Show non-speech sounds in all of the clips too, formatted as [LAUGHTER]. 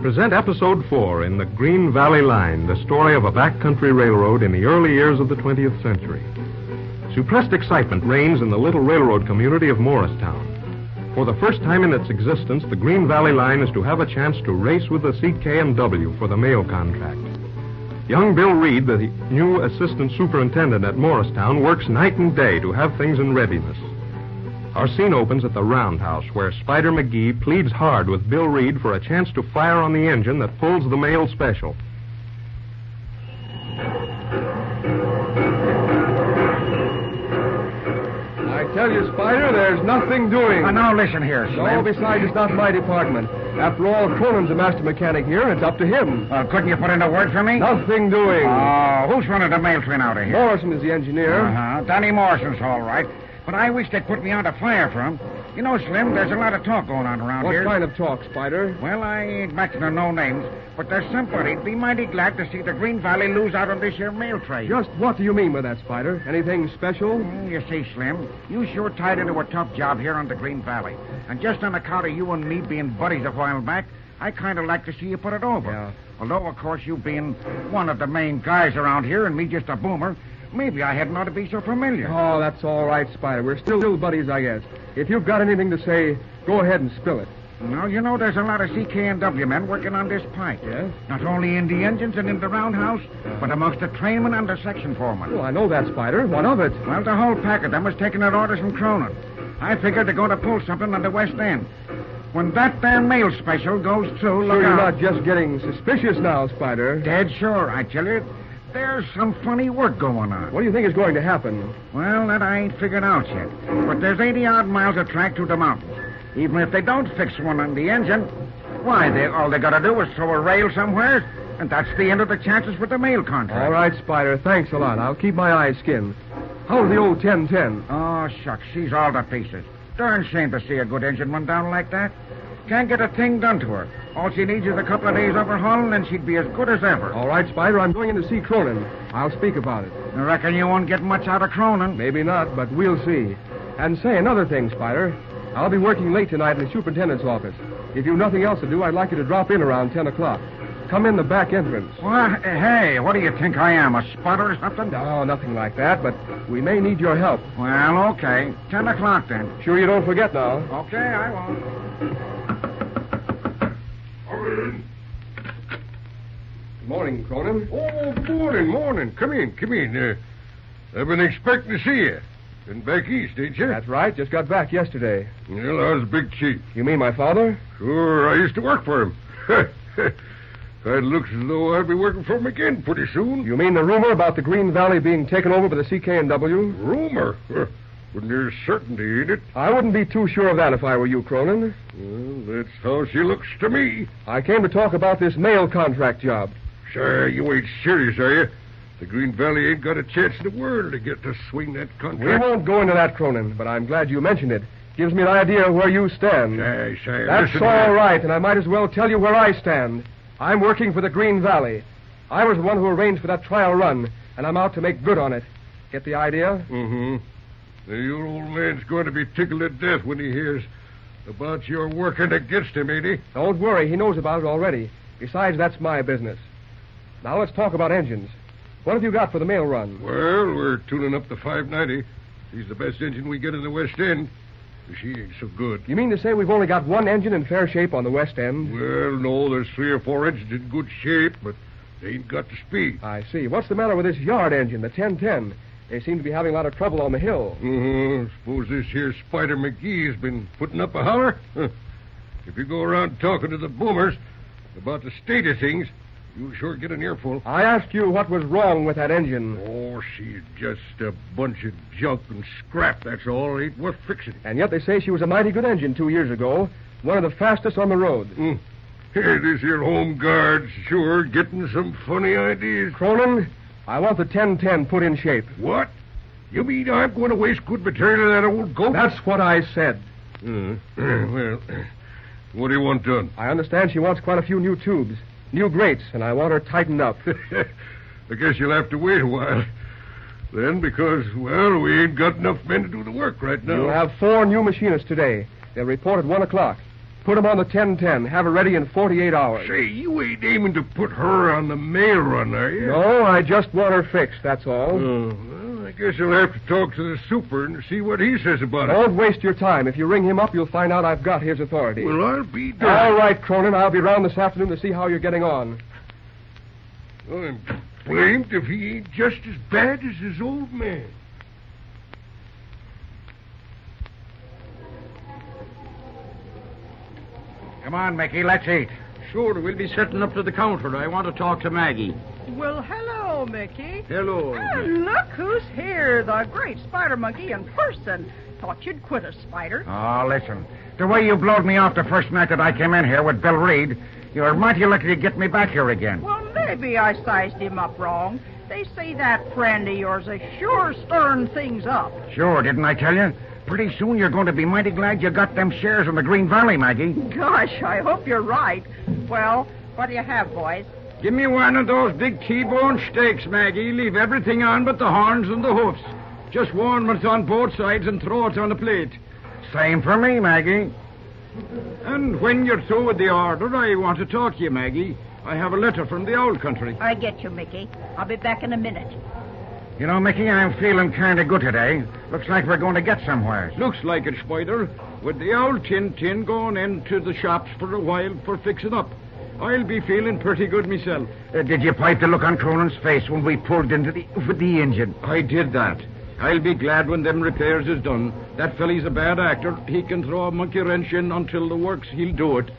present Episode 4 in the Green Valley Line, the story of a backcountry railroad in the early years of the 20th century. Suppressed excitement reigns in the little railroad community of Morristown. For the first time in its existence, the Green Valley Line is to have a chance to race with the CK&W for the mail contract. Young Bill Reed, the new assistant superintendent at Morristown, works night and day to have things in readiness. Our scene opens at the roundhouse where Spider McGee pleads hard with Bill Reed for a chance to fire on the engine that pulls the mail special. I tell you, Spider, there's nothing doing. Uh, now listen here, No, Slim. besides, it's not my department. After all, Cronin's a master mechanic here. It's up to him. Uh, couldn't you put in a word for me? Nothing doing. Oh, who's running the mail train out of here? Morrison is the engineer. Uh-huh. Donnie Morrison's all right. But I wish they'd put me on a flyer for him. You know, Slim, there's a lot of talk going on around What here. kind of talk, Spider? Well, I ain't mentioning no names, but there's somebody'd be mighty glad to see the Green Valley lose out on this here mail train. Just what do you mean by that, Spider? Anything special? Mm, You see, Slim, you sure tied into a tough job here on the Green Valley. And just on account of you and me being buddies a while back, I kind of like to see you put it over. Yeah. Although, of course, you being one of the main guys around here and me just a boomer, maybe I hadn't ought to be so familiar. Oh, that's all right, Spider. We're still still buddies, I guess. If you've got anything to say, go ahead and spill it. Now, you know, there's a lot of CKNW men working on this pipe. Yes? Not only in the engines and in the roundhouse, but amongst the trainmen and the section foremen. Well, I know that, Spider. What of it? Well, the whole pack of them was taking their orders from Cronin. I figured they're going to pull something on the West End. When that there mail special goes Sure, through, look you're out. not just getting suspicious now, Spider. Dead sure, I tell you. There's some funny work going on. What do you think is going to happen? Well, that I ain't figured out yet. But there's 80 odd miles of track through the mountains. Even if they don't fix one on the engine, why, they, all they got to do is throw a rail somewhere, and that's the end of the chances for the mail contract. All right, Spider. Thanks a lot. I'll keep my eyes skinned. How's the old 1010? Oh, shucks, she's all to pieces. Darn shame to see a good engine run down like that. Can't get a thing done to her. All she needs is a couple of days overhauling, and she'd be as good as ever. All right, Spider. I'm going in to see Cronin. I'll speak about it. I reckon you won't get much out of Cronin. Maybe not, but we'll see. And say another thing, Spider. I'll be working late tonight in the superintendent's office. If you've nothing else to do, I'd like you to drop in around 10 o'clock. Come in the back entrance. Why, hey, what do you think I am, a spotter or something? No, nothing like that, but we may need your help. Well, okay. Ten o'clock then. Sure you don't forget now. Okay, I won't. Good morning, Cronin. Oh, morning, morning. Come in, come in. Uh, I've been expecting to see you. Been back east, ain't you? That's right. Just got back yesterday. Well, I was a big chief. You mean my father? Sure, I used to work for him. [LAUGHS] that looks as though I'll be working for him again pretty soon. You mean the rumor about the Green Valley being taken over by the CKNW? Rumor. [LAUGHS] Huh. But there's certainty in it. I wouldn't be too sure of that if I were you, Cronin. Well, that's how she looks to me. I came to talk about this mail contract job. Sure, you ain't serious, are you? The Green Valley ain't got a chance in the world to get to swing that We contract. won't go into that, Cronin, but I'm glad you mentioned it. Gives me an idea of where you stand. Say, say, That's listen. all right, and I might as well tell you where I stand. I'm working for the Green Valley. I was the one who arranged for that trial run, and I'm out to make good on it. Get the idea? Mm-hmm. Your old man's going to be tickled to death when he hears about your working against him, ain't he? Don't worry, he knows about it already. Besides, that's my business. Now let's talk about engines. What have you got for the mail run? Well, we're tuning up the 590. She's the best engine we get in the West End. She ain't so good. You mean to say we've only got one engine in fair shape on the West End? Well, no, there's three or four engines in good shape, but they ain't got the speed. I see. What's the matter with this yard engine, the 1010? They seem to be having a lot of trouble on the hill. Mm-hmm. Suppose this here Spider McGee's been putting up a holler? Huh. If you go around talking to the boomers about the state of things, you'll sure get an earful. I asked you what was wrong with that engine, Oh, she's just a bunch of junk and scrap, that's all. Ain't worth fixing. and yet they say she was a mighty good engine two years ago, one of the fastest on the road. Mm. Hey, this here home guard's sure getting some funny ideas. Cronin, I want the 1010 put in shape. What? You mean I'm going to waste good material on that old goat? That's what I said. Uh, [CLEARS THROAT] well, what do you want done? [LAUGHS] I understand she wants quite a few new tubes, new grates, and I want her tightened up. I guess you'll have to wait a while. Then, because, well, we ain't got enough men to do the work right now. You'll have four new machinists today. They'll report at 1 o'clock. Put 'em on the 1010. Have her ready in 48 hours. Say, you ain't aiming to put her on the mail run, are you? No, I just want her fixed, that's all. Oh, Hmm. well, I guess I'll have to talk to the super and see what he says about it. Don't waste your time. If you ring him up, you'll find out I've got his authority. Well, I'll be all darned. right, Cronin. I'll be round this afternoon to see how you're getting on. I'm blamed if he ain't just as bad as his old man. Come on, Mickey, let's eat. Sure, we'll be setting up to the counter. I want to talk to Maggie. Well, hello, Mickey. Hello. Oh, look who's here, the great spider monkey in person. Thought you'd quit us, spider. Oh, listen. The way you blowed me off the first night that I came in here with Bill Reed, you're mighty lucky to get me back here again. Well, maybe I sized him up wrong. They say that friend of yours is sure stirring things up. Sure, didn't I tell you? Pretty soon you're going to be mighty glad you got them shares in the Green Valley, Maggie. Gosh, I hope you're right. Well, what do you have, boys? Give me one of those big T-bone steaks, Maggie. Leave everything on but the horns and the hoofs. Just warm it on both sides and throw it on a plate. Same for me, Maggie. And when you're through with the order, I want to talk to you, Maggie. I have a letter from the old country. I get you, Mickey. I'll be back in a minute. You know, Mickey, I'm feeling kind of good today. Looks like we're going to get somewhere. Looks like it, Spider. With the old Tin Tin going into the shops for a while for fixing up. I'll be feeling pretty good myself. Uh, did you pipe the look on Cronin's face when we pulled into the with the engine? I did that. I'll be glad when them repairs is done. That fellow's a bad actor. He can throw a monkey wrench in until the works. He'll do it.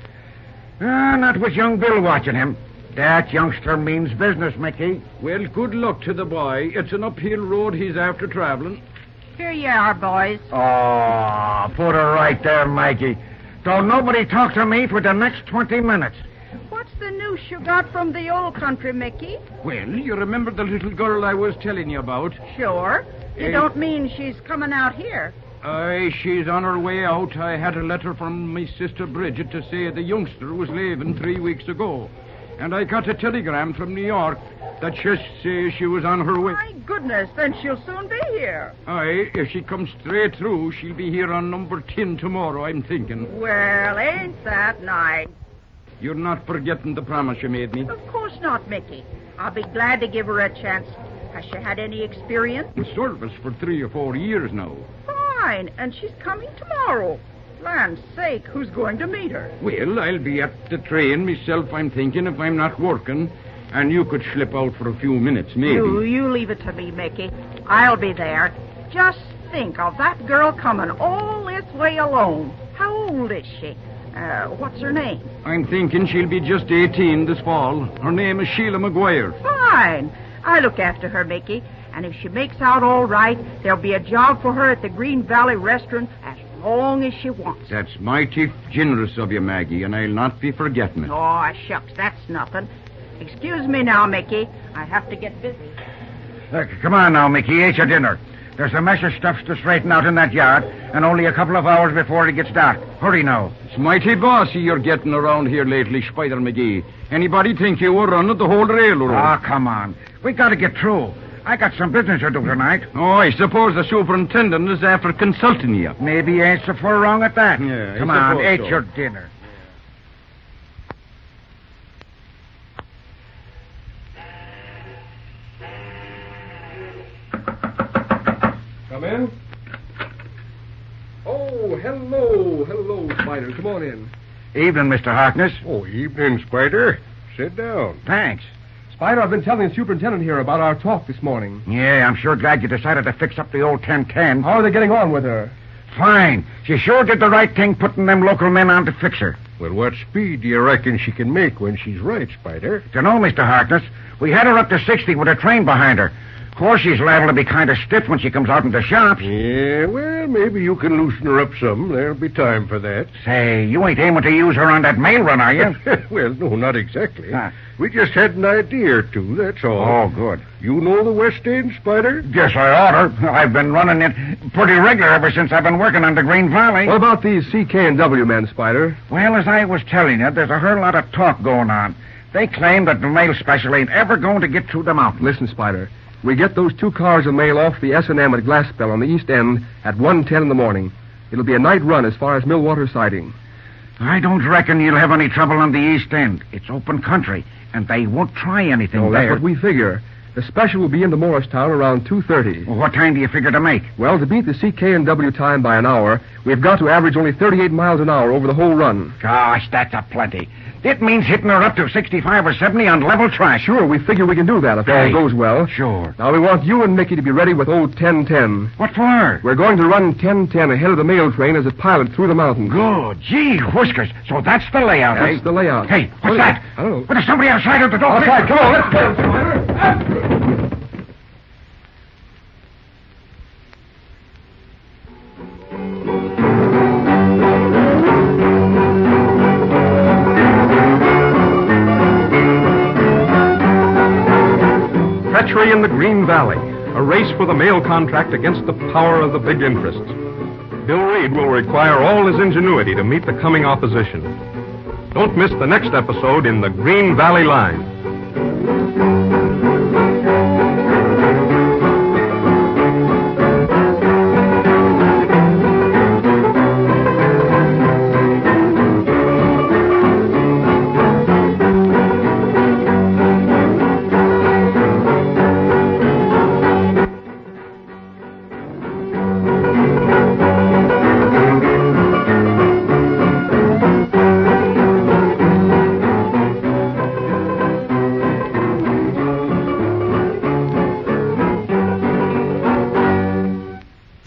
Ah, not with young Bill watching him. That youngster means business, Mickey. Well, good luck to the boy. It's an uphill road he's after traveling. Here you are, boys. Oh, put her right there, Mikey. Don't nobody talk to me for the next 20 minutes. What's the news you got from the old country, Mickey? Well, you remember the little girl I was telling you about? Sure. You Eh. don't mean she's coming out here? Aye, she's on her way out. I had a letter from my sister Bridget to say the youngster was leaving three weeks ago. And I got a telegram from New York that just says she was on her way. My goodness, then she'll soon be here. Aye, if she comes straight through, she'll be here on number 10 tomorrow, I'm thinking. Well, ain't that nice? You're not forgetting the promise you made me. Of course not, Mickey. I'll be glad to give her a chance. Has she had any experience? In service for three or four years now. Fine, and she's coming tomorrow. Land's sake, who's going to meet her? Well, I'll be at the train myself, I'm thinking, if I'm not working. And you could slip out for a few minutes, maybe. You, you leave it to me, Mickey. I'll be there. Just think of that girl coming all this way alone. How old is she? Uh, what's her name? I'm thinking she'll be just 18 this fall. Her name is Sheila McGuire. Fine. I look after her, Mickey. And if she makes out all right, there'll be a job for her at the Green Valley Restaurant as long as she wants. That's mighty generous of you, Maggie, and I'll not be forgetting it. Oh, shucks, that's nothing. Excuse me now, Mickey. I have to get busy. Look, Uh, come on now, Mickey. Eat your dinner. There's some measure stuffs to straighten out in that yard, and only a couple of hours before it gets dark. Hurry now. It's mighty bossy you're getting around here lately, Spider McGee. Anybody think you were running the whole railroad? Ah, come on. We gotta get through. I got some business to do tonight. Oh, I suppose the superintendent is after consulting you. Maybe you ain't so far wrong at that. Yeah, I Come on, suppose eat so. your dinner. Come in. Oh, hello, hello, Spider. Come on in. Evening, Mr. Harkness. Oh, evening, Spider. Sit down. Thanks. Spider, I've been telling the superintendent here about our talk this morning. Yeah, I'm sure glad you decided to fix up the old 1010. How are they getting on with her? Fine. She sure did the right thing putting them local men on to fix her. Well, what speed do you reckon she can make when she's right, Spider? You know, Mr. Harkness, we had her up to 60 with a train behind her. Of course, she's liable to be kind of stiff when she comes out in the shops. Yeah, well, maybe you can loosen her up some. There'll be time for that. Say, you ain't aiming to use her on that mail run, are you? [LAUGHS] well, no, not exactly. Ah. Huh. We just had an idea or two, that's all. oh, good. You know the West End, Spider? Guess I oughter. I've been running it pretty regular ever since I've been working on the Green Valley. What about these CK and W men, Spider? Well, as I was telling you, there's a whole lot of talk going on. They claim that the mail special ain't ever going to get through the mountains. Listen, Spider. We get those two cars of mail off the S&M at Glassbell on the East End at 1.10 in the morning. It'll be a night run as far as Millwater siding. I don't reckon you'll have any trouble on the East End. It's open country, and they won't try anything No, that's there. what we figure. The special will be into Morristown around 2.30. Well, what time do you figure to make? Well, to beat the CK&W time by an hour, we've got to average only 38 miles an hour over the whole run. Gosh, that's a plenty. It means hitting her up to 65 or 70 on level track. Sure, we figure we can do that if Hey. all goes well. Sure. Now, we want you and Mickey to be ready with old 1010. What for? We're going to run 1010 ahead of the mail train as a pilot through the mountains. Good. Gee, whiskers. So that's the layout, eh? That's the layout. Hey, what's What is that? it? I don't know. Well, there's somebody outside of the door. Outside, come on, let's go. Treachery in the Green Valley, a race for the mail contract against the power of the big interests. Bill Reed will require all his ingenuity to meet the coming opposition. Don't miss the next episode in the Green Valley Line.